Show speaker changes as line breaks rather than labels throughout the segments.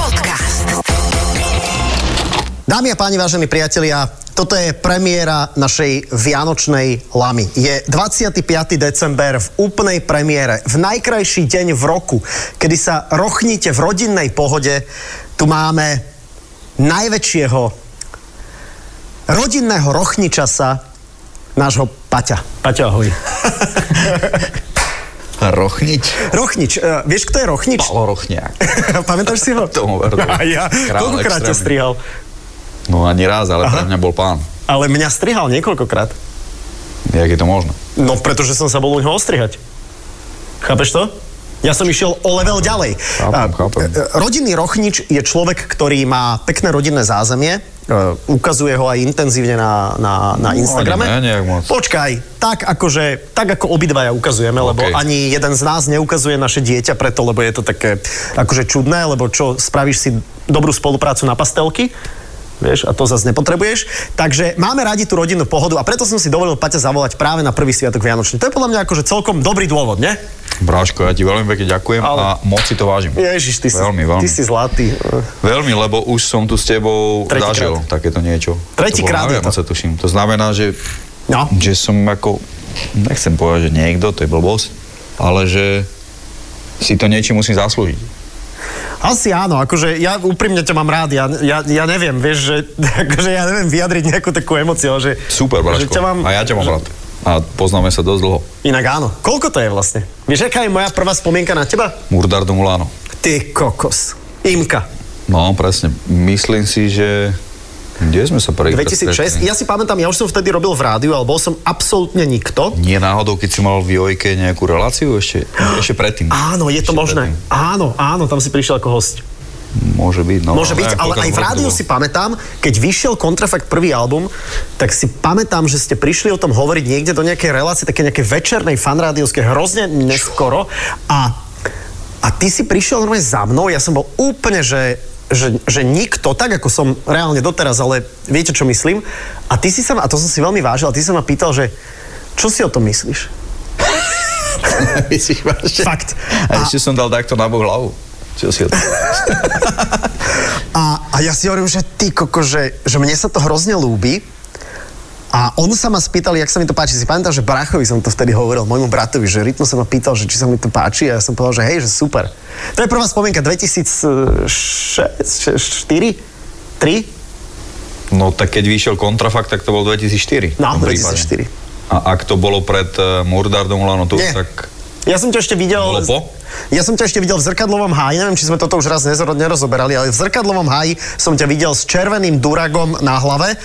Podcast.
Dámy a páni, vážení priatelia, toto je premiéra našej Vianočnej lamy. Je 25. december v úplnej premiére, v najkrajší deň v roku, kedy sa rochnite v rodinnej pohode. Tu máme najväčšieho rodinného rochničasa, nášho Paťa.
Paťo, ahoj.
Rochniť?
Rochnič, eh, vieš, kto je Rochnič?
Palo Rochniak.
Pamätáš si ho?
Tomu veru.
A ja,
Král
koľkokrát ťa
extrémny.
strihal?
No ani raz, ale pre mňa bol pán.
Ale mňa strihal niekoľkokrát.
Jak je to možné?
No, pretože som sa bol u neho ostrihať. Chápeš to? Ja som išiel o level ďalej.
Chápem,
A,
chápem.
e, Rodinný rochnič je človek, ktorý má pekné rodinné zázemie. E, Ukazuje ho aj intenzívne na, na, na
No,
Instagrame.
ani ne, nejak moc.
Počkaj, tak, akože, tak ako obidvaja ukazujeme, lebo
OK.
ani jeden z nás neukazuje naše dieťa preto, lebo je to také akože čudné, lebo čo, spravíš si dobrú spoluprácu na pastelky? Vieš, a to zase nepotrebuješ. Takže máme radi tú rodinnú pohodu a preto som si dovolil Paťa zavolať práve na prvý sviatok Vianočný. To je podľa mňa akože celkom dobrý dôvod, ne?
Bráško, ja ti veľmi pekne ďakujem
Ale-
a moc si to vážim.
Ježiš, ty si,
Veľmi, veľmi.
Ty si zlatý.
Veľmi, lebo už som tu s tebou
Tretíkrát.
zažil takéto niečo.
Tretíkrát je
to. bolo na Vianoce, tuším. To znamená, že,
No.
že som ako, nechcem povedať, že niekto, to je blbosť, ale že si to niečím musím zaslúžiť.
Asi áno, akože ja úprimne ťa mám rád, ja, ja, ja neviem, vieš, že akože ja neviem vyjadriť nejakú takú emociu, že...
Super,
že
Braško.
ťa mám,
A ja ťa mám
že-
rád. A poznáme sa dosť dlho.
Inak áno. Koľko to je vlastne? Vieš, aká je moja prvá spomienka na teba?
Murdar do Mulano.
Ty kokos. Imka.
No, presne. Myslím si, že... Kde sme sa prvýkrát
2006.
stretli?
Ja si pamätám, ja už som vtedy robil v rádiu, ale bol som absolútne nikto.
Nie náhodou, keď si mal v Jojke nejakú reláciu ešte, ešte predtým.
Áno, je to
Ešte
možné.
predtým.
Áno, áno, tam si prišiel ako host.
Môže byť, no.
Môže byť,
neviem,
ale
koľko
aj v
to bolo.
rádiu si pamätám, keď vyšiel Kontrafakt prvý album, tak si pamätám, že ste prišli o tom hovoriť niekde do nejakej relácie, také nejakej večernej fanrádiovskej, hrozne neskoro. A, a ty si prišiel normálne za mnou, ja som bol úplne, že, že, že nikto, tak ako som reálne doteraz, ale viete, čo myslím. A ty si sa ma, a to som si veľmi vážil, a ty sa ma pýtal, že čo si o tom myslíš?
Myslíš vážne?
Fakt.
A, ešte som dal takto na boh hlavu. Čo si o tom-
A, a ja si hovorím, že ty koko, že, že mne sa to hrozne ľúbi. A on sa ma spýtal, jak sa mi to páči. Si pamätám, že Brachovi som to vtedy hovoril, môjmu bratovi, že Rytmo sa ma pýtal, že či sa mi to páči a ja som povedal, že hej, že super. To je prvá spomienka, 2006, 4, 3?
No tak keď vyšiel kontrafakt, tak to bol 2004.
No,
v tom prípade.
2004.
A ak to bolo pred uh, Murdardom Ulano, tu,
Nie.
tak...
Ja som ťa ešte videl...
Bolo po?
Ja som ťa ešte videl v zrkadlovom háji, neviem, či sme toto už raz nezro- nerozoberali, ale v zrkadlovom háji som ťa videl s červeným duragom na hlave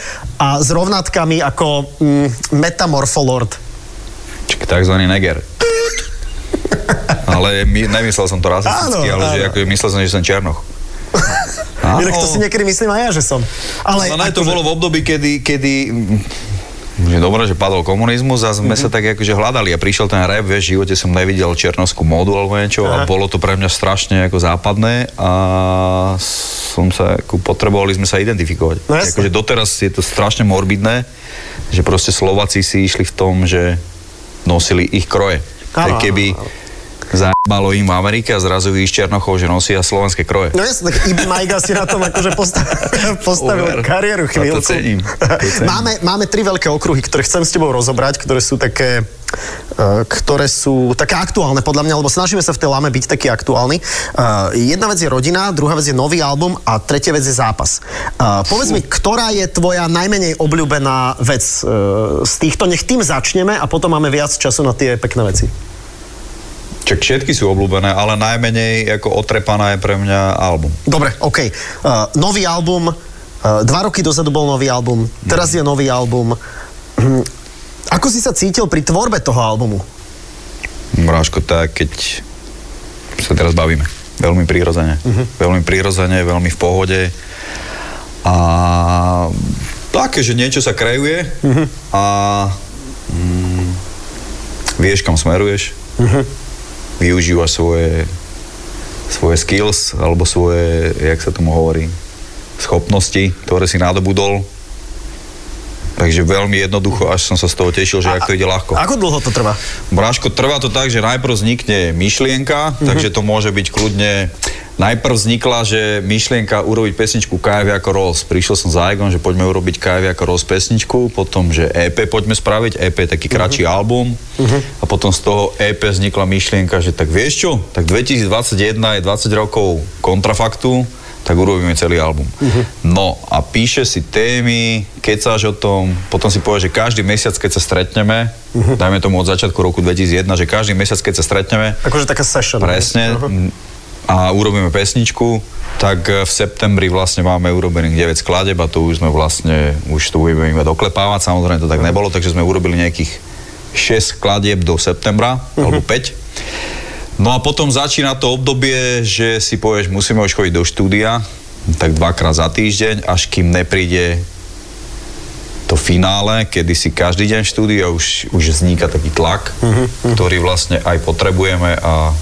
a s rovnatkami ako mm, Metamorpholord.
Čiže takzvaný neger. Ale my, nemyslel som to rasisticky,
Áno,
ale že
áno.
ako, myslel som, že som Černoch. Áno.
Inak to si niekedy myslím aj ja, že som. Ale akože-
No ne, to bolo v období, kedy, kedy mm, že dobre, že padol komunizmus a
Mhm.
sme sa tak akože hľadali a prišiel ten rap, vieš, v živote som nevidel černovskú módu alebo niečo a bolo to pre mňa strašne ako západné a som sa, ako potrebovali sme sa identifikovať.
No jasne.
akože doteraz je to strašne morbidné, že proste Slováci si išli v tom, že nosili ich kroje.
Áno,
Tak keby zajebalo im v Amerike a zrazu ich Černochov, že nosia slovenské kroje.
No jasne, tak Ibi Majga si na tom akože postavil, postavil
Uver.
kariéru
A to
chvíľku.
cením, to cením.
Máme, máme tri veľké okruhy, ktoré chcem s tebou rozobrať, ktoré sú také e, ktoré sú také aktuálne podľa mňa, lebo snažíme sa v tej lame byť taký aktuálny. E, Jedna vec je rodina, druhá vec je nový album a tretia vec je zápas. E, Povedz mi, ktorá je tvoja najmenej obľúbená vec e, z týchto? Nech tým začneme a potom máme viac času na tie pekné veci.
Čak všetky sú obľúbené, ale najmenej ako otrepaná je pre mňa album.
Dobre, OK. Uh, nový album, uh, dva roky dozadu bol nový album, teraz je nový album. Hm. Ako si sa cítil pri tvorbe toho albumu?
Mrážko, tak keď sa teraz bavíme. Veľmi prirodzene. Veľmi prirodzene, veľmi v pohode. A také, že niečo sa krejuje a mm, vieš, kam smeruješ. Využívaš svoje svoje skills, alebo svoje, jak sa tomu hovorí, schopnosti, ktoré si nadobudol. Takže veľmi jednoducho, až som sa z toho tešil, že ak to ide ľahko.
Ako dlho to trvá?
Bráško, trvá to tak, že najprv vznikne myšlienka, mm-hmm. takže to môže byť kľudne... Najprv vznikla, že myšlienka urobiť pesničku Kajavy ako Rolls. Prišiel som za Egon, že poďme urobiť Kajavy ako Rolls pesničku, potom, že EP poďme spraviť, EP je taký kratší uh-huh. album uh-huh. a potom z toho EP vznikla myšlienka, že tak vieš čo, tak 2021 je 20 rokov kontrafaktu, tak urobíme celý album. Uh-huh. No a píše si témy, kecáš o tom, potom si povie, že každý mesiac, keď sa stretneme, uh-huh. dajme tomu od začiatku roku 2001, že každý mesiac, keď sa stretneme,
Akože taká session.
presne,
Uh-huh.
a urobíme pesničku, tak e, v septembri vlastne máme urobených 9 skladeb a to už sme vlastne, už to budeme iba doklepávať, samozrejme to tak nebolo, takže sme urobili nejakých 6 skladieb do septembra, alebo 5. No a potom začína to obdobie, že si povieš, musíme už chodiť do štúdia, tak dvakrát za týždeň, až kým nepríde to finále, kedy si každý deň v štúdiu a už, už vzniká taký tlak, ktorý vlastne aj potrebujeme a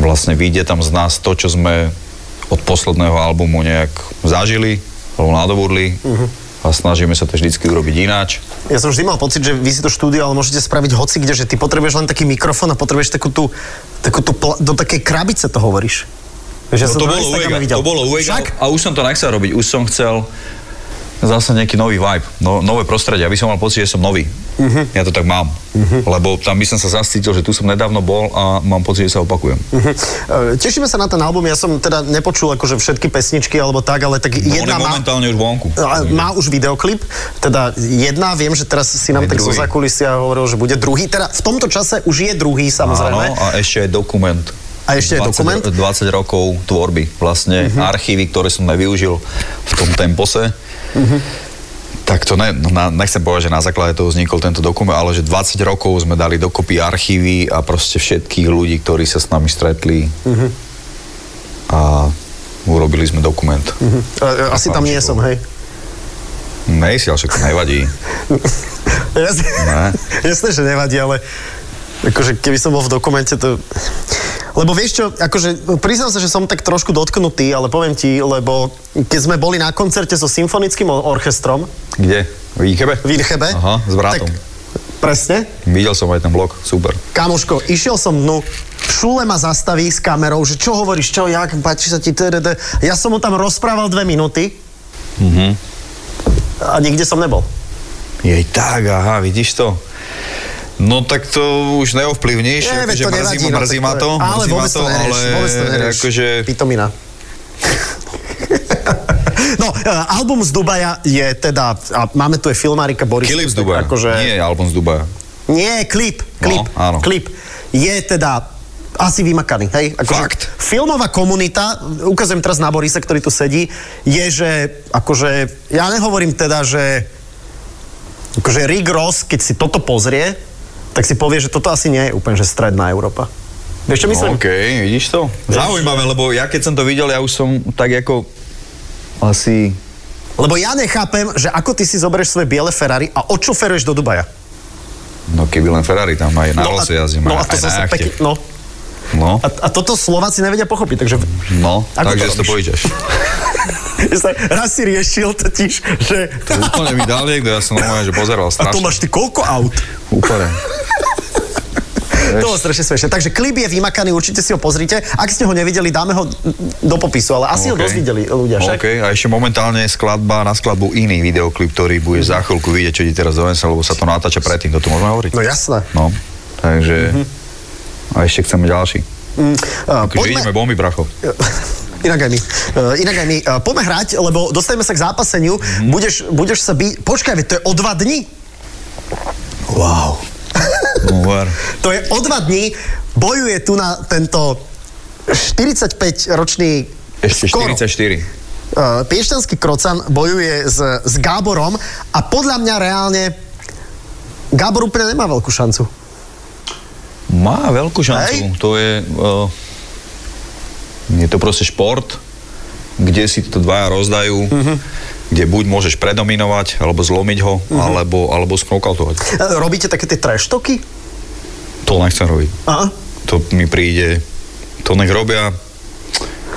vlastne vyjde tam z nás to, čo sme od posledného albumu nejak zažili alebo nadobudli a snažíme sa to vždycky urobiť ináč.
Ja som vždy mal pocit, že vy si to štúdio ale môžete spraviť hoci kde, že ty potrebuješ len taký mikrofón a potrebuješ takú tú, takú tú pla- do takej krabice to hovoríš. Že
No, to, bolo u Ega, to bolo u Ega,
Však?
a už som to nechcel robiť, už som chcel zase nejaký nový vibe, no, nové prostredie, aby som mal pocit, že som nový. Uh-huh.
Mhm.
Ja to tak mám, uh-huh. lebo tam by som sa zascítil, že tu som nedávno bol a mám pocit, že sa opakujem. Uh-huh.
E, Tešíme sa na ten album, ja som teda nepočul akože všetky pesničky alebo tak, ale tak
On je
jedna má...
momentálne už vonku.
A Má už videoklip, teda jedna, viem, že teraz si nám
Je
tak zo
druhý.
zakulisia hovoril, že bude druhý, teda v tomto čase už je druhý samozrejme.
Áno, a ešte aj dokument.
A ešte aj dokument? Mhm.
20 rokov tvorby, vlastne uh-huh. archívy, ktoré som nevyužil v tom tempose.
Mhm.
Uh-huh. Tak to ne, na, nechcem povedať, že na základe toho vznikol tento dokument, ale že 20 rokov sme dali dokopy archívy a proste všetkých ľudí, ktorí sa s nami stretli.
Mhm.
Uh-huh. A urobili sme dokument. Uh-huh.
E, e, Asi tam nie som, hej.
Nejsi, ale však nevadí.
Jasne,
Ne.
jasne, že nevadí, ale akože keby som bol v dokumente, to... Lebo vieš čo, akože priznám sa, že som tak trošku dotknutý, ale poviem ti, lebo keď sme boli na koncerte so symfonickým o- orchestrom
Kde? V Ikebe?
v Inchebe,
Aha, s bratom.
tak presne,
Videl som aj ten blog, super.
Kamoško, išiel som dnu, Šule ma zastaví s kamerou, že čo hovoríš, čo, jak, páči sa ti, tdd. Ja som mu tam rozprával dve minúty
Mhm.
a nikde som nebol.
Jej tak, aha, vidíš to. No tak to už neovplyvníš,
Nie, veď
akože mrzí, ma-
no,
mrzí
tak
ma
to je-
to,
Ale
mrzí ma
vôbec
to,
to nerieš,
ale
vôbec to nerieš.
akože
Pitomina. No, e, album z Dubaja je teda, a máme tu aj filmárika Boris.
klip z
tak
Dubaja,
Akože,
nie album z Dubaja.
nie, klip, klip,
No, áno.
klip. Je teda asi vymakaný, hej? Akože
Fakt.
Filmová komunita, ukazujem teraz na Borisa, ktorý tu sedí, je, že akože, ja nehovorím teda, že akože Rick Ross, keď si toto pozrie, tak si povie, že toto asi nie je úplne, že stredná Európa. Vieš, čo
No,
myslím?
OK, vidíš to? Zaujímavé, lebo ja keď som to videl, ja už som tak ako asi...
Lebo ja nechápem, že ako ty si zoberieš svoje biele Ferrari a odšoferuješ do Dubaja.
No keby len Ferrari tam aj na rose jazdím,
no a
aj,
to
aj na
zase
jachte.
pekne, no.
No,
A, a, toto Slováci nevedia pochopiť, takže...
no,
Ako
takže
to
si to
robíš?
pojídeš.
Sa- Raz si riešil totiž, že...
To úplne mi dal niekto, ja som normálne, že
A
pozeral
tu
strašne.
máš ty koľko aut?
Úplne.
To bolo strašne smiešne. Takže klip je vymakaný, určite si ho pozrite. Ak ste ho nevideli, dáme ho do popisu, ale asi okay. ho
OK.
dosť videli ľudia, však?
OK, a ešte momentálne je skladba na skladbu iný videoklip, ktorý bude za chvíľku vidieť, čo ti teraz donesem, lebo sa to natáča predtým, to tu môžeme hovoriť.
No jasné. Mhm.
No, takže... A ešte chceme ďalší.
Mm, uh,
Takže ideme bomby, bracho.
Inak aj my. Uh, inak aj my. Uh, poďme hrať, lebo dostaneme sa k zápaseniu.
Mhm.
Mm. Budeš, budeš sa byť... Počkaj, veď to je o dva dní.
Wow. No, ver.
To je o dva dní. Bojuje tu na tento 45-ročný
Ešte
skoro.
44.
Uh, Piešťanský krocan bojuje s, s Gáborom a podľa mňa reálne Gábor úplne nemá veľkú šancu.
Má veľkú šancu.
Hej.
To je... Uh, je to proste šport, kde si to dvaja rozdajú,
Mhm.
kde buď môžeš predominovať, alebo zlomiť ho,
Mhm.
alebo, alebo sknokautovať.
Uh, robíte také tie treštoky?
To nechcem robiť.
Aha.
To mi príde To nech robia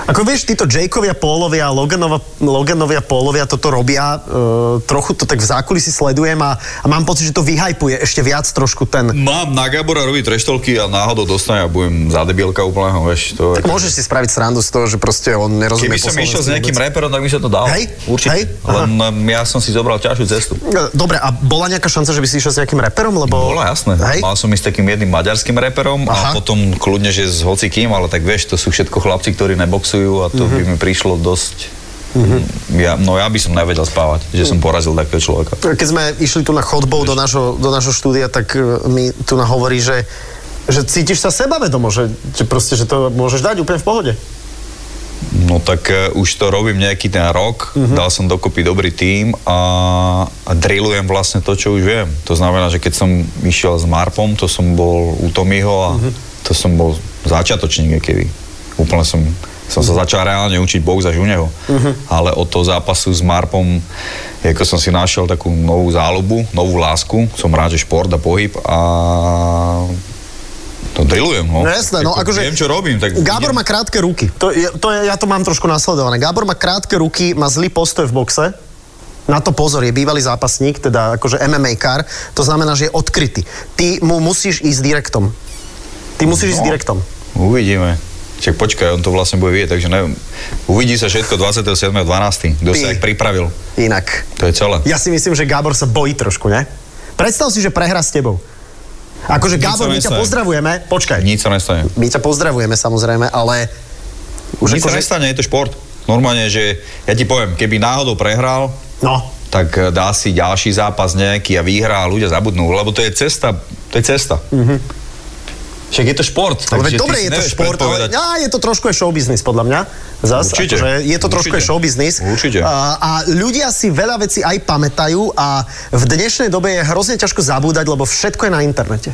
Ako vieš, títo Jakeovia Pólovia, Loganova, Loganovia Pólovia toto robia, e, trochu to tak v zákulisí sledujem a, a mám pocit, že to vyhajpuje ešte viac trošku ten...
Mám na Gabora robiť treštolky a náhodou dostane a budem za debilka úplného, vieš, to
Tak môžeš si spraviť srandu z toho, že proste on nerozumie
Keby som
po slovensky
išiel s nejakým
vôbec.
reperom, tak by sa to dalo.
Hej?
Určite.
Hej? Aha.
Len um, ja som si zobral ťažšiu cestu.
E, Dobre, a bola nejaká šanca, že by si išiel s nejakým reperom, lebo...
Bola, jasné.
Hej?
Mal som ísť takým jedným maďarským reperom
Aha.
a potom kľudne, že s hocikým, ale tak vieš, to sú všetko chlapci, ktorí neboxujú a
Mhm.
to by mi prišlo dosť... Ja, no ja by som nevedel spávať, že
Mhm.
som porazil takého človeka.
Keď sme išli tu na chodbou do nášho, do nášho štúdia, tak e, mi tu na hovorí, že, že cítiš sa sebavedomo, že, že proste, že to môžeš dať úplne v pohode.
No tak e, už to robím nejaký ten rok,
Mhm.
dal som dokopy dobrý tím a, a drillujem vlastne to, čo už viem. To znamená, že keď som išiel s Marpom, to som bol u Tommyho a
Mhm.
to som bol začiatočník keby. Úplne som, som
Mhm.
sa začal reálne učiť box až u neho. Ale od toho zápasu s Marpom, ako som si našiel takú novú záľubu, novú lásku, som rád, že šport a pohyb a to drillujem, no.
No jasné, no
Ako
akože...
Viem, čo robím, tak...
Gábor
idem.
má krátke ruky. To je, to je, ja to mám trošku nasledované. Gábor má krátke ruky, má zlý postoj v boxe. Na to pozor, je bývalý zápasník, teda akože MMA-kár. To znamená, že je odkrytý. Ty mu musíš ísť direktom. Ty musíš no. ísť
No.
direktom.
Uvidíme. Čak počkaj, on to vlastne bude vidieť, takže neviem. Uvidí sa všetko 27.12. Kto sa
Ty.
tak pripravil.
Inak.
To je celé.
Ja si myslím, že Gábor sa bojí trošku, ne? Predstav si, že prehra s tebou. Akože
Nič
Gábor,
sa
my ťa
nestane.
pozdravujeme. Počkaj.
Nič sa nestane.
My ťa pozdravujeme samozrejme, ale...
Už Nič sa
akože-
nestane, je to šport. Normálne, že ja ti poviem, keby náhodou prehral,
No,
tak eh, dá si ďalší zápas nejaký a vyhrá a ľudia zabudnú, lebo to je cesta, to je cesta. Mm-hmm. Však je to šport.
Mhm. Ale
takže
veď
ty
dobre
si
je to
nevieš
šport, ale
predpovedať.
á, je to trošku aj show business, podľa mňa. Zas,
Určite.
Akože je to trošku aj
Určite.
show business.
Určite.
A, a ľudia si veľa vecí aj pamätajú a v dnešnej dobe je hrozne ťažko zabúdať, lebo všetko je na internete.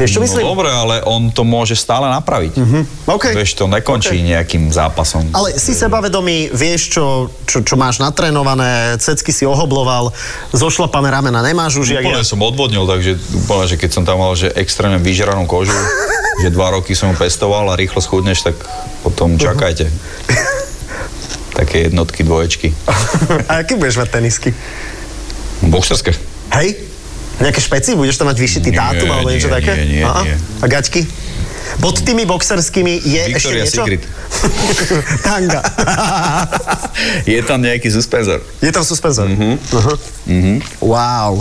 Vieš, čo myslím? Mhm.
No dobre, ale on to môže stále napraviť. Mm-hmm.
OK.
Vieš, to nekončí nejakým zápasom.
Ale si sebavedomý, vieš, čo, čo, čo máš natrénované, cecky si ohobloval, zošlapané ramena nemáš už, jak ja.
Úplne som odvodnil, takže úplne, že keď som tam mal že extrémne vyžranú kožu, že dva roky som ju pestoval a rýchlo schudneš, tak
Mhm.
potom čakajte. Také jednotky, dvoječky.
A aký budeš mať tenisky?
Boxerské.
Hej? Nejaké špeci? Budeš tam mať vyšitý
Nie,
dátum alebo
nie,
niečo
nie,
také?
nie,
Aha.
nie.
A gaťky? Pod tými boxerskými je
Victoria
ešte niečo?
Secret.
Tanga.
Je tam nejaký suspenzor.
je tam suspenzor.
Mhm.
Mm-hmm. Aha. Wow.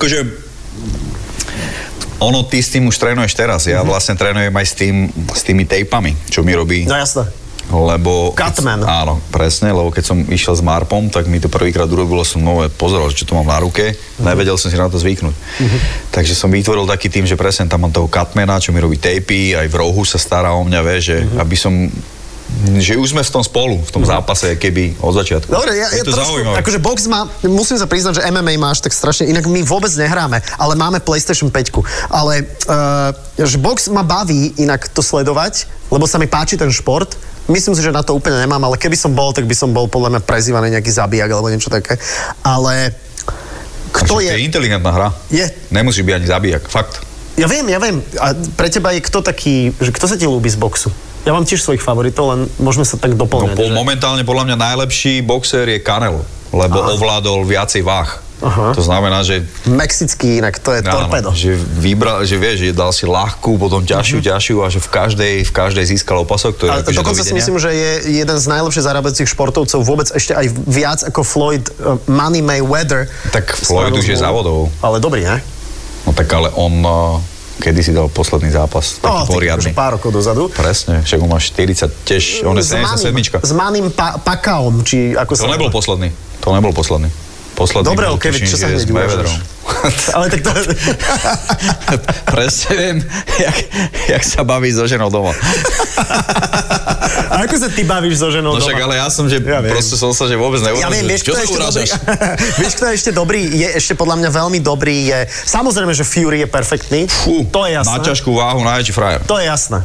Akože ono, ty s tým už trénuješ teraz.
Mhm.
Ja vlastne trénujem aj s, tým, s tými tejpami, čo mi robí
No jasné.
Lebo...
Catman.
Keď, áno, presne, lebo keď som išiel s Marpom, tak mi to prvýkrát urobilo, som nové pozeral, čo to mám na ruke,
Mhm.
uh-huh. nevedel som si na to zvyknúť. Uh-huh. Takže som vytvoril taký tým, že presne tam mám toho Catmana, čo mi robí tejpy, aj v rohu sa stará o mňa, vie, že
Mhm.
uh-huh. aby som že už sme v tom spolu, v tom zápase, keby od začiatku.
Dobre, ja,
je
ja
to
trošku,
zaujímavé.
akože box má, musím sa priznať, že MMA máš tak strašne, inak my vôbec nehráme, ale máme PlayStation 5, ale uh, že box ma baví inak to sledovať, lebo sa mi páči ten šport, myslím si, že na to úplne nemám, ale keby som bol, tak by som bol podľa mňa prezývaný nejaký zabijak alebo niečo také, ale kto
Akože je
je,
inteligentná hra.
je,
Nemusíš byť ani zabijak, fakt.
ja viem, ja viem, a pre teba je kto taký, že kto sa ti ľúbi z boxu? Ja mám tiež svojich favoritov, len môžeme sa tak
No,
doplňať.
po,
že-
momentálne podľa mňa najlepší boxer je Canelo, lebo
Aha.
ovládol viacej váh.
Aha.
To znamená, že
Mexický inak, to je
Áno,
torpedo.
Že vybral, že vieš, že dal si ľahkú, potom ťažšiu, ťažšiu a že v každej, v každej získal opasok, to je
A
akože
Mhm. dokonca si
dovidenia.
myslím, že je jeden z najlepšie zarábajúcich športovcov vôbec ešte aj viac ako Floyd uh, Money Mayweever.
Tak Floyd
Spravil
už je
zmluvu.
závodov.
Ale dobrý, ne?
No tak ale on eh, kedy si dal posledný zápas, taký
No, ty,
poriadny.
už pár rokov dozadu.
Presne, však on má 40 tiež, on je
S Manim-
77.
S Maným pa- Pakaom, či ako sa...
To nebol posledný, to nebol posledný. Posledný
Dobre,
bol,
ok, veď
tuším,
čo sa
že
hneď
s Mayweatherom.
Ale tak to...
Presne viem, jak, jak sa baví so ženou doma.
A ako sa ty bavíš so ženou
No však
doma?
ale ja som, že
Ja viem.
proste som sa, že vôbec neurazil.
Ja viem, vieš,
Čo
kto, je
sa
ešte dobrý,
urážaš?
vieš, kto je ešte dobrý? Je ešte podľa mňa veľmi dobrý. Je, samozrejme, že Fury je perfektný.
Fú,
to je jasné.
na ťažkú váhu najväčší frajer.
To je jasné.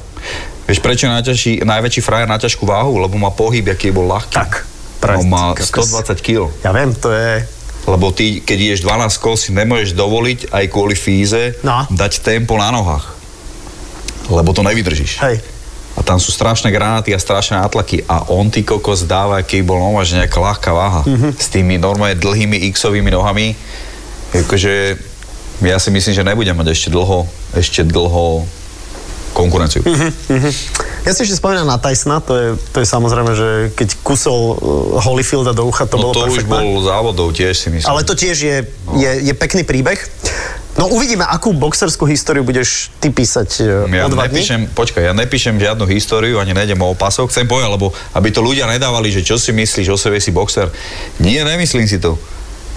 Vieš prečo je najťažší, najväčší frajer na ťažkú váhu? Lebo má pohyb, aký bol ľahký.
Tak.
On
Presne,
No, má
kokos.
120 kg.
Ja viem, to je...
Lebo ty, keď ideš 12 kol, si nemôžeš dovoliť aj kvôli fíze
No.
dať tempo na nohách. Lebo to nevydržíš.
Hej.
a tam sú strašné granáty a strašné átlaky a on ty kokos dáva, keby bol normálne, že nejaká ľahká váha
Mhm.
mm-hmm. s tými normálne dlhými x-ovými nohami. Akože ja si myslím, že nebudem mať ešte dlho, ešte dlho konkurenciu.
Mhm. Ja si ešte spomínam na Tysona, to je, to je samozrejme, že keď kusol uh, Holyfielda do ucha, to
No
bolo
to už
perfektné.
bol No. závodov tiež si myslím.
Ale to tiež je, je, je pekný príbeh. No uvidíme, akú boxerskú históriu budeš ty písať e,
Ja
o dva dní.
nepíšem, počkaj, ja nepíšem žiadnu históriu, ani nejdem o opasok, chcem povedať, lebo aby to ľudia nedávali, že čo si myslíš o sebe si boxer. Nie, nemyslím si to.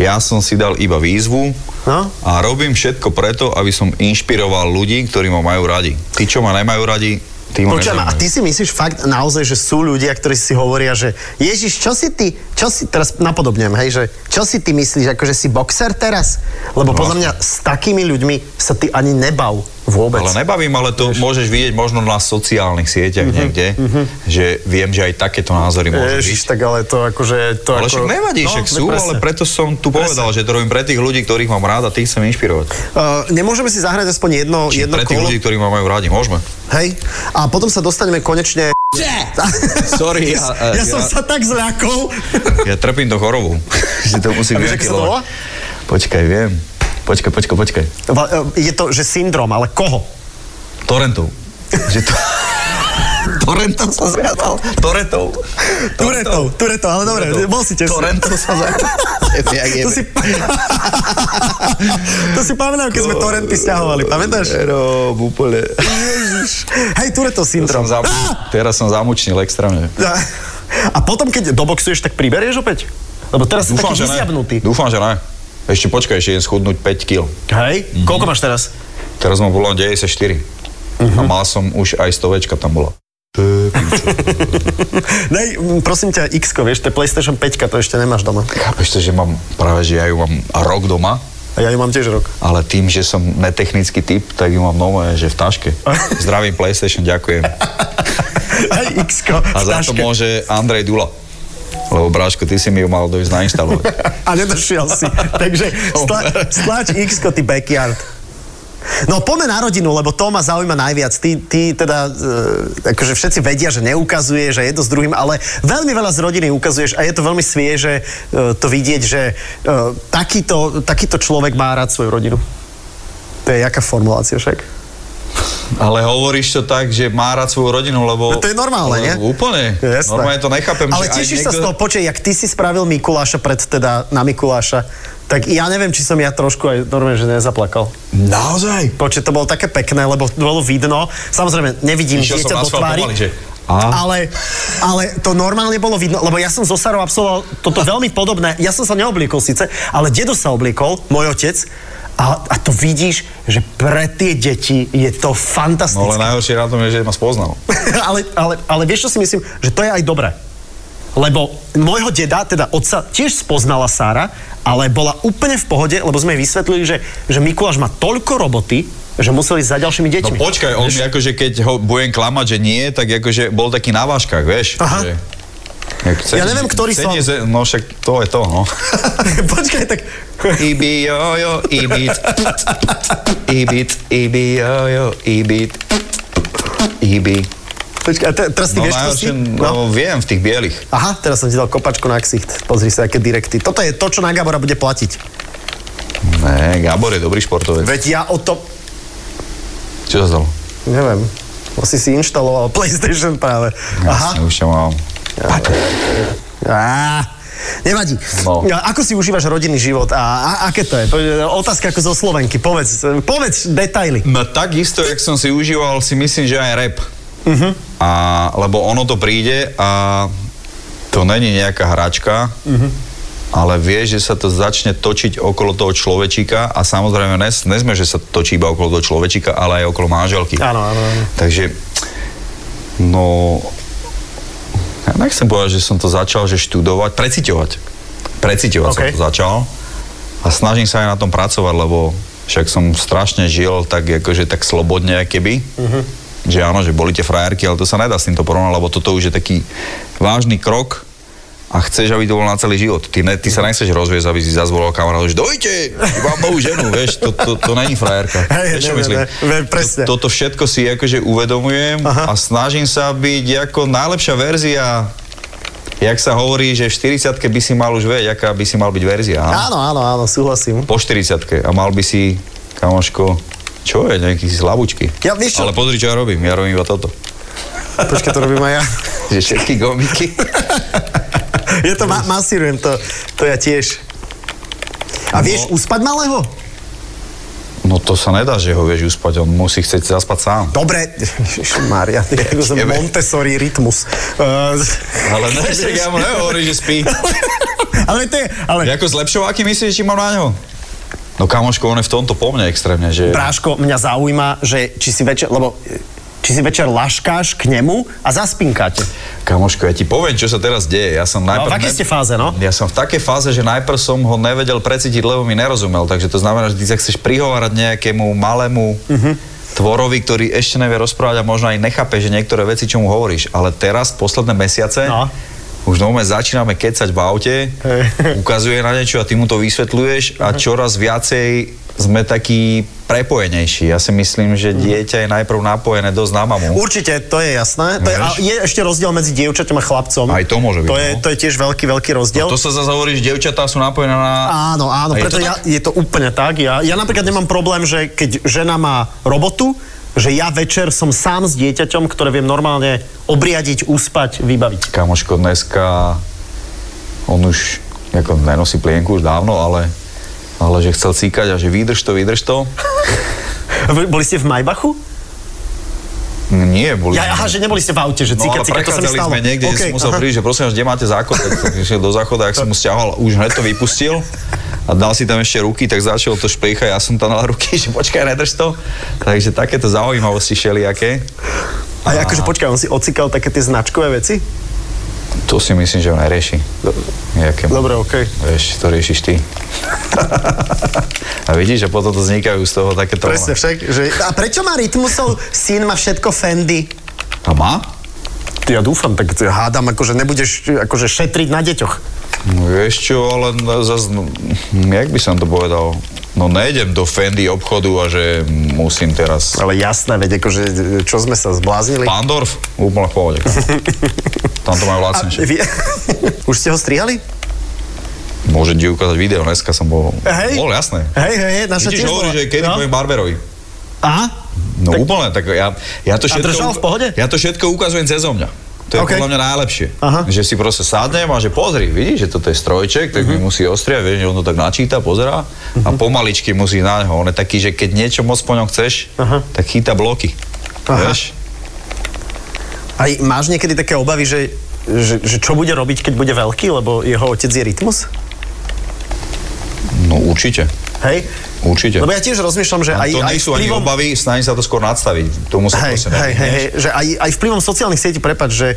Ja som si dal iba výzvu
No.
a robím všetko preto, aby som inšpiroval ľudí, ktorí ma majú radi. Tí, čo ma nemajú radi, tí ma
Počujem, a
nezaujímajú.
ty si myslíš fakt naozaj, že sú ľudia, ktorí si hovoria, že Ježiš, čo si ty, čo si, teraz napodobnem, hej, že čo si ty myslíš, akože si boxer teraz?
No.
Lebo podľa mňa s takými ľuďmi sa ty ani nebav vôbec.
Ale nebavím, ale to môžeš vidieť možno na sociálnych sieťach niekde, že viem, že aj takéto názory môžu byť.
Mhm, Ježiš, tak ale to akože... To ako...
Ale však nevadí, však sú,
presne.
ale preto som tu povedal, že to robím pre tých ľudí, ktorých mám rád a tých chcem inšpirovať.
Uh, nemôžeme si zahrať aspoň jedno,
Čiže
jedno
pre tých
kolo,
ľudí, ktorí ma majú rádi, môžeme.
hej? A potom sa dostaneme konečne...
Sorry,
ja, ja, som sa tak zľakol.
ja trpím do chorobu, že to
A
musím
vieš, ako sa to volá?
ventilovať. Počkaj, viem. Počkaj, počkaj, počkaj.
Va- e, Je to, že syndrom, ale koho?
Torrentov. Že to... Torrentov som zjadal. Torrentov.
Turetov, Turetov, ale dobre,
Torrentov.
bol si tesný.
Torrentov som zjadal.
To si, to si pamätám, keď
No,
sme Torrenty stiahovali, pamätáš?
Rob, úplne.
Hej, Turetov
To som
syndrom.
zamu...
Ah!
Teraz som zamučnil extrémne.
A- A potom, keď doboxuješ, tak priberieš opäť? Lebo teraz si taký vyzjabnutý.
Dúfam, že ne. Ešte počkaj, ešte idem schudnúť 5 kg.
Hej, koľko máš teraz?
Teraz mám bolo 94. A
Mhm.
mal som už aj stovečka tam bola.
Daj, mm, prosím ťa, x vieš, to je PlayStation 5, to ešte nemáš doma.
Chápeš to, že mám práve, že ja ju mám rok doma,
A ja ju mám tiež rok.
ale tým, že som netechnický typ, tak ju mám nové, že v taške. Zdravím PlayStation, ďakujem.
Aj x
A za to môže Andrej Dula. Lebo Bráško, ty si mi ju mal dojsť nainštalovať.
A nedošiel si. Takže stla, stlač x ty backyard. No poďme na rodinu, lebo to ma zaujíma najviac. Ty, ty teda, e, akože všetci vedia, že neukazuje, že jedno s druhým, ale veľmi veľa z rodiny ukazuješ a je to veľmi svieže e, to vidieť, že e, takýto, takýto človek má rád svoju rodinu. To je jaká formulácia však?
Ale hovoríš to tak, že má rád svoju rodinu,
No
lebo...
to je normálne, nie?
lebo Eh, Úplne.
Jasné.
Normálne to nechápem.
Ale
že aj
tešíš sa z
niekto-
toho, počkaj, jak ty si spravil Mikuláša pred teda na Mikuláša, tak ja neviem, či som ja trošku aj normálne, že nezaplakal.
Naozaj?
Počkaj, to bolo také pekné, lebo bolo vidno. Samozrejme, nevidím
Išiel
dieťa
som na
do
schvál
tvári.
pomaly, že... A?
Ale, ale to normálne bolo vidno, lebo ja som so Sarou absolvoval toto veľmi podobné. Ja som sa neobliekol síce, ale dedo sa obliekol, môj otec. A, a to vidíš, že pre tie deti je to
No ale
fantastické.
najhoršie na tom je, že ma spoznal.
ale, ale, ale vieš, čo si myslím? Že to je aj dobré. Lebo môjho deda, teda otca, tiež spoznala Sára, ale bola úplne v pohode, lebo sme jej vysvetlili, že, že Mikuláš má toľko roboty, že museli ísť za ďalšími
No
deťmi.
počkaj, on mi akože keď ho budem klamať, že nie, tak akože bol taký na váškach, vieš?
Aha.
Že, Jak chceš-
Ja neviem, ktorý
chcenie
som.
ze- No však to je to, no.
Počkaj, tak...
Ibi jojo, ibit. Ibit, ibi jojo, ibit. Ibi.
Počkaj, a te, teraz ty
No
vieš, čo si?
najhoršie, no viem, v tých bielých.
Aha, teraz som ti dal kopačku na ksicht. Pozri sa, aké direkty. Toto je to, čo na Gabora bude platiť.
Ne, Gabor je dobrý športovec.
Veď ja o to...
Čo sa stalo?
Neviem. Asi si inštaloval PlayStation práve. Aha.
Jasne, už ťa mám.
Á, nevadí.
No.
A Ako si užívaš rodinný život a, a aké to je? Po- Otázka ako zo Slovenky. Povedz, povedz detaily.
No takisto, jak som si užíval, si myslím, že aj rap.
Mhm.
Uh-huh. A, lebo ono to príde a to není nejaká hračka,
Mhm.
uh-huh. ale vieš, že sa to začne točiť okolo toho človečika a samozrejme nes, nesme, že sa to točí iba okolo toho človečika, ale aj okolo manželky.
Áno, áno, áno.
Takže, no, ja nechcem povedať, že som to začal, že študovať, preciťovať. Preciťovať
OK.
okay. som to začal a snažím sa aj na tom pracovať, lebo však som strašne žil tak, akože tak slobodne, keby.
Mhm.
Uh-huh. Že áno, že boli tie frajerky, ale to sa nedá s týmto porovnať, lebo toto už je taký vážny krok a a chceš, aby to bolo na celý život. Ty, ne, ty sa nechceš rozviesť, aby si zazvolal kamarátov, že dojte, mám novú ženu, vieš, to, to, to není frajerka.
Hej,
Vieš, čo
ne, ne,
myslím?
ne, ne, presne.
To, toto všetko si akože uvedomujem
Aha.
Aha. a snažím sa byť ako najlepšia verzia Jak sa hovorí, že v 40 by si mal už vedieť, aká by si mal byť verzia. áno?
Áno, áno, áno, súhlasím.
po 40 a mal by si, kamoško, čo je, nejaký si slabučky.
Ja vieš čo?
Ale pozri, čo ja robím, ja robím iba toto.
Počkaj, to robím aj ja.
Že všetky gombiky.
Ja to ma- masírujem, to, to ja tiež. A vieš uspať malého?
No to sa nedá, že ho vieš uspať, on musí chcieť zaspať sám.
Dobre, Mária, ako som
Jebe.
Montessori rytmus. Uh,
Ale ne, tak ja mu nehovorím, že spí.
ale to je, ale
Jako zlepšováky myslíš, či mám na ňo? No kamoško, on je v tomto po mne extrémne, že...
Práško, mňa zaujíma, že či si večer, lebo e, či si večer laškáš k nemu a zaspinkáte.
Kamoško, ja ti poviem, čo sa teraz deje. Ja som najprv...
v akej ste fáze, no?
Ja som v takej fáze, že najprv som ho nevedel precítiť, lebo mi nerozumel. Takže to znamená, že ty sa chceš prihovárať nejakému malému
Mhm.
tvorovi, ktorý ešte nevie rozprávať a možno aj nechápe, že niektoré veci, čo mu hovoríš. Ale teraz, posledné mesiace,
No.
už normálne začíname kecať v aute,
Hej. Mhm.
ukazuje na niečo a ty mu to vysvetľuješ a čoraz viacej sme takí prepojenejší. Ja si myslím,
Mhm.
že dieťa je najprv napojené dosť na mamu.
Určite, to je jasné. To je, a
Vieš?
je ešte rozdiel medzi dievčaťom a chlapcom.
Aj to môže byť,
To je,
no.
to je tiež veľký, veľký rozdiel.
To sa zase hovorí, že devčatá sú napojené na...
Áno, áno,
A je
preto
to
ja,
tak?
je to úplne tak. Ja, ja napríklad nemám problém, že keď žena má robotu, že ja večer som sám s dieťaťom, ktoré viem normálne obriadiť, uspať, vybaviť.
Kamoško, dneska on už ako nenosí plienku už dávno, ale, ale že chcel cíkať a že vydrž to, vydrž to.
Vy- Boli ste v Majbachu?
Nie, boli...
Ja, aha, že neboli ste v aute, že
No
cíkať, cíkať, to sa
ale
mi
prechádzali
stalo.
sme niekde, okay, som musel
aha.
prísť, že prosím vás, kde máte záchod, tak som išiel do záchoda, ak som mu stiahol, už hneď to vypustil a dal si tam ešte ruky, tak začal to šplíchať, ja som tam dal ruky, že počkaj, nedrž to. Takže takéto zaujímavosti šeliaké.
A ja akože počkaj, on si ocikal také tie značkové veci?
To si myslím, že ho nerieši. Nejaké...
Dobre, okej.
Vieš, to riešiš ty. a vidíš, že potom to vznikajú z toho takéto...
Presne však, že... A prečo má rytmusov syn má všetko Fendi?
A má?
Ty, ja dúfam, tak ty hádam, akože nebudeš akože šetriť na deťoch.
No vieš čo, ale zase, jak by som to povedal, no nejdem do Fendi obchodu a že musím teraz...
Ale jasné, veď akože, čo sme sa zbláznili.
Pandorf? Úplne v pohode. kámo. Tam to majú lacnejšie.
Vy... Už ste ho strihali?
Môžem ti ukázať video, dneska som bol...
Hej.
Bol, jasné.
Hej, hej, hej, naša
Vidíš,
tiež
hovorí,
bola.
že kedy
No.
poviem Barberovi.
Aha,
No úplne, tak ja, ja to
A
všetko...
držal v pohode?
Ja to všetko ukazujem cez mňa. To je
OK.
okay. podľa mňa najlepšie.
Aha.
Že si proste sadnem a že pozri, vidíš, že toto je strojček, tak
Mhm.
mi musí ostriať, vieš, že on to tak načíta, pozerá a pomaličky musí na neho. On je taký, že keď niečo moc po ňom chceš,
Aha.
tak chytá bloky.
Aha.
Vieš?
aj máš niekedy také obavy, že, že, že čo bude robiť, keď bude veľký, lebo jeho otec je rytmus?
No určite,
Hej?
určite.
Lebo ja tiež rozmýšľam, že
A
aj,
to
aj
nie sú ani obavy, snažím sa to skôr nadstaviť. Tomu sa
Hej,
proste
hej, hej, hej, že aj, aj vplyvom sociálnych sietí, prepač, že,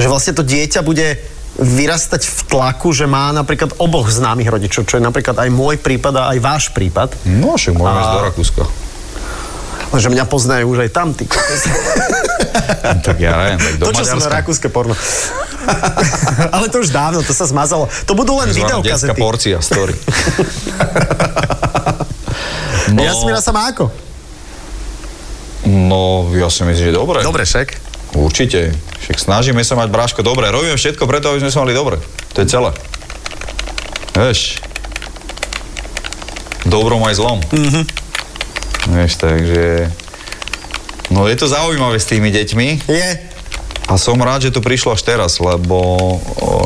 že vlastne to dieťa bude vyrastať v tlaku, že má napríklad oboch známych rodičov, čo je napríklad aj môj prípad a aj váš prípad.
No však môžeme ísť
A-
do Rakúska.
Lenže mňa poznajú už aj tam, ty. kokos.
tak ja neviem, tak do
to, čo som na
Maďarska.
rakúske porno. Ale to už dávno, to sa zmazalo. To budú len
Takzvaná detská
videokazety.
porcia, story.
No. Jasmina sa má ako?
No, ja si myslím, že dobre.
však.
Určite. Však snažíme sa mať bráško dobre. Robíme všetko preto, aby sme sa mali dobre. To je celé. Vieš. Dobrom aj zlom. Mm-hmm. Vieš, takže... No je to zaujímavé s tými deťmi
Je.
a som rád, že to prišlo až teraz, lebo o,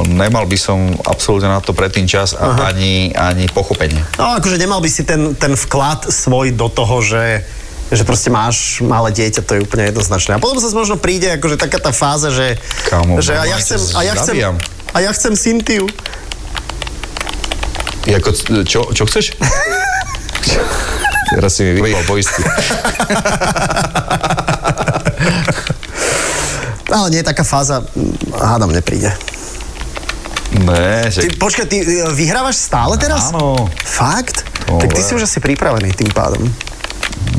nemal by som absolútne na to predtým čas a ani, ani pochopenie.
No akože nemal by si ten, ten vklad svoj do toho, že že proste máš malé dieťa, to je úplne jednoznačné. A potom sa možno príde akože taká tá fáza, že,
Kámo,
že a ja
normálne
chcem,
ťa
a ja chcem,
zabijam.
a ja chcem Sintiu.
Jako, c- čo, čo chceš? Teraz si mi vyjebal poistku.
Ale nie, taká fáza, mm, hádam, nepríde.
Ne,
Ty,
že...
počkaj, ty e, vyhrávaš stále teraz?
Áno. No,
Fakt?
To
tak ty
je.
si už asi pripravený tým pádom.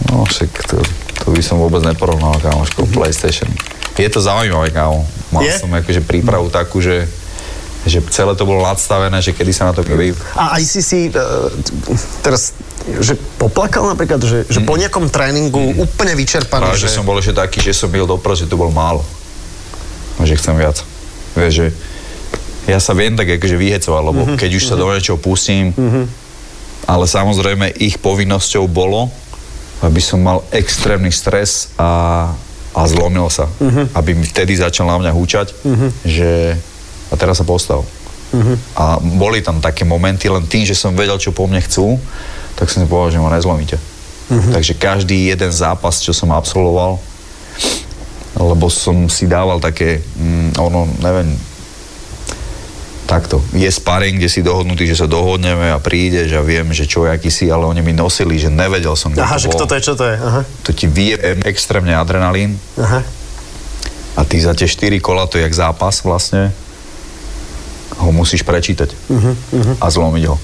No však to, to by som vôbec neporovnal, kámoško, PlayStation. Mhm. Je Mhm. to zaujímavé, kámo. Mal
Je?
som akože prípravu takú, že že celé to bolo nadstavené, že kedy sa na to vy...
A aj si si e, teraz, že poplakal napríklad, že, že po nejakom tréningu úplne vyčerpaný,
Ale Mm. že som bol ešte taký, že som byl doprv, že to bol málo. A že chcem viac. Vieš, že ja sa viem tak akože vyhecovať, lebo mm-hmm. keď už sa do niečoho pustím, mm-hmm. ale samozrejme ich povinnosťou bolo, aby som mal extrémny stres a, a zlomil sa. Mm-hmm. Aby mi vtedy začal na mňa húčať, mm-hmm. že a teraz sa postav. Mm-hmm. A boli tam také momenty, len tým, že som vedel, čo po mne chcú, tak som si povedal, že ma nezlomíte. Mm-hmm. Takže každý jeden zápas, čo som absolvoval, lebo som si dával také, mm, ono, neviem, takto. Je sparing, kde si dohodnutý, že sa dohodneme a prídeš a viem, že čo, aký si, ale oni mi nosili, že nevedel som, kto
Aha,
to
že
bol.
kto to je, čo to je. Aha.
To ti vyje extrémne adrenalín
Aha.
a ty za tie 4 kola, to je jak zápas vlastne, ho musíš prečítať
Mhm,
a zlomiť ho.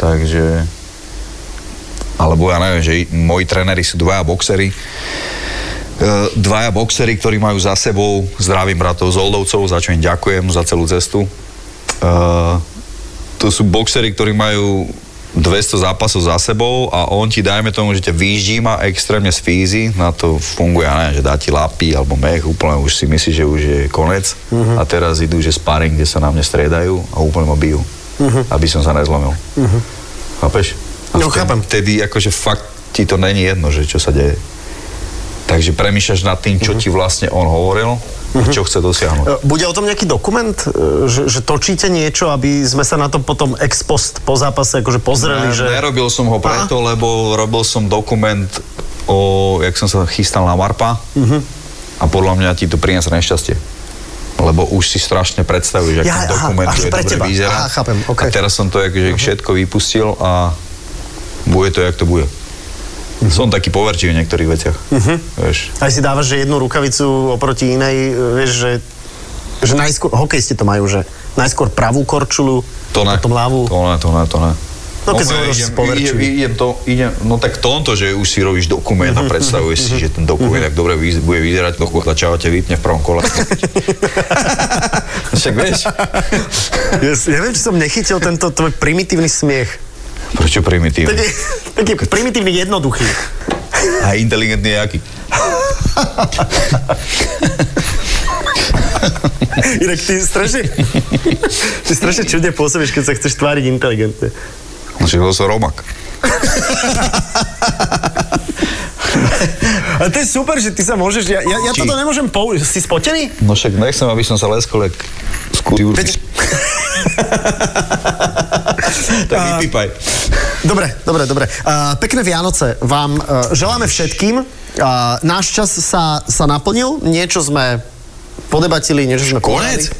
Takže... Alebo ja neviem, že i- moji tréneri sú dvaja boxery, E, dvaja boxery, ktorí majú za sebou zdravím bratov z Oldovcov, za čo im ďakujem za celú cestu. E, to sú boxery, ktorí majú 200 zápasov za sebou a on ti, dajme tomu, že ťa vyždíma extrémne z fízy, na to funguje, ja neviem, že dá ti lapy alebo mech, úplne už si myslíš, že už je konec
Mhm.
a teraz idú, že sparing, kde sa na mňa striedajú a úplne ma bijú, aby som sa nezlomil. Chápeš? A
Mhm. No,
vtedy-
chápem.
Vtedy akože fakt ti to není jedno, že čo sa deje. Takže premýšľaš nad tým, čo ti vlastne on hovoril a čo chce dosiahnuť.
Mhm. E, Bude o tom nejaký dokument, e, že, že točíte niečo, aby sme sa na to potom ex post po zápase akože pozreli, že...
Nerobil som ho preto, lebo robil som dokument o, jak som sa chystal na Marpa
Mhm.
a podľa mňa ti to priniesie nešťastie. Lebo už si strašne predstavíš, aký
Ja, aha,
dokument
až
je
pre teba.
dobre vyzerá.
Aha, chápem, ok. Mhm.
A teraz som to akože všetko vypustil a bude to, jak to bude.
Mhm.
Som taký poverčivý v niektorých veciach. Vieš.
Aj si dávaš, že jednu rukavicu oproti inej, e, vieš, že, že najskôr, hokejisti to majú, že najskôr pravú korčulu,
To ne.
potom ľavú.
To ne, to ne, to ne.
No, keď si
Normálne
hovoril, že
idem,
si poverčivý.
idem, idem, to, idem, no tak tomto, že už si robíš dokument
Mhm,
a predstavuješ si, že ten dokument, ak dobre vyz- bude vyzerať, no chvíľa čau, ťa vypne v prvom kole. Však vieš,
Yes, neviem, či som nechytil tento tvoj primitívny smiech.
prečo primitívny?
Taký, taký primitívny, jednoduchý.
A inteligentný je aký?
Inak ty strašne, ty strašne čudne pôsobíš, keď sa chceš tváriť inteligentne.
No, Že to som Romak.
Ale to je super, že ty sa môžeš, ja, ja, ja
Či-
toto nemôžem použiť. Si spotený?
No však nechcem, aby som sa leskol, jak skúr... tak vypípaj.
Dobre, dobre, dobre. Uh, pekné Vianoce vám uh, želáme všetkým. Uh, náš čas sa, sa naplnil, niečo sme podebatili, niečo sme povedali.
Konec?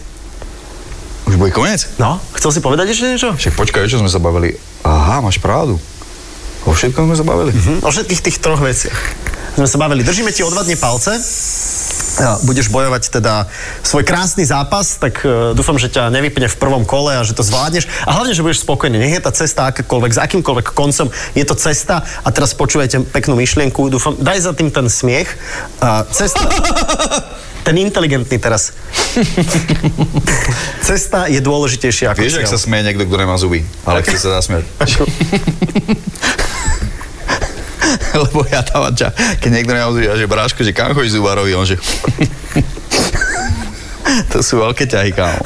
Už bude konec?
No, chcel si povedať ešte niečo?
Však počkaj, čo sme sa bavili? Aha, máš pravdu. O všetkom sme sa bavili.
Mhm, O všetkých tých troch veciach sme sa bavili. Držíme ti odvadne palce. A Budeš bojovať teda svoj krásny zápas, tak e, dúfam, že ťa nevypne v prvom kole a že to zvládneš. A hlavne, že budeš spokojný. Nech je tá cesta akákoľvek, s akýmkoľvek koncom, je to cesta. A teraz počujete peknú myšlienku. Dúfam, daj za tým ten smiech. A cesta... Ten inteligentný teraz. cesta je dôležitejšia ako
Vieš, ak
cieľ.
sa smeje niekto, kto nemá zuby, ale chce sa zasmiať. Lebo ja tam ťa, keď niekto nemá zuby, ja že bráško, že kam chodíš zubárovi, on že... to sú veľké ťahy, kámo.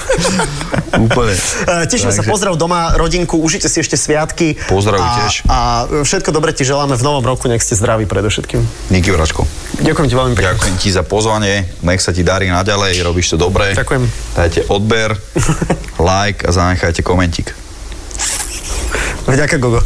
Úplne.
E, Teším sa,
Takže-
pozdrav doma, rodinku, užite si ešte sviatky.
Pozdravuj
a,
tiež.
A všetko dobre ti želáme v novom roku, nech ste zdraví predovšetkým.
Díky, Braško.
Ďakujem ti veľmi pekne.
Ďakujem ti za pozvanie, nech sa ti darí naďalej, robíš to dobre.
Ďakujem.
Dajte odber, like a zanechajte komentík.
Vďaka, Gogo.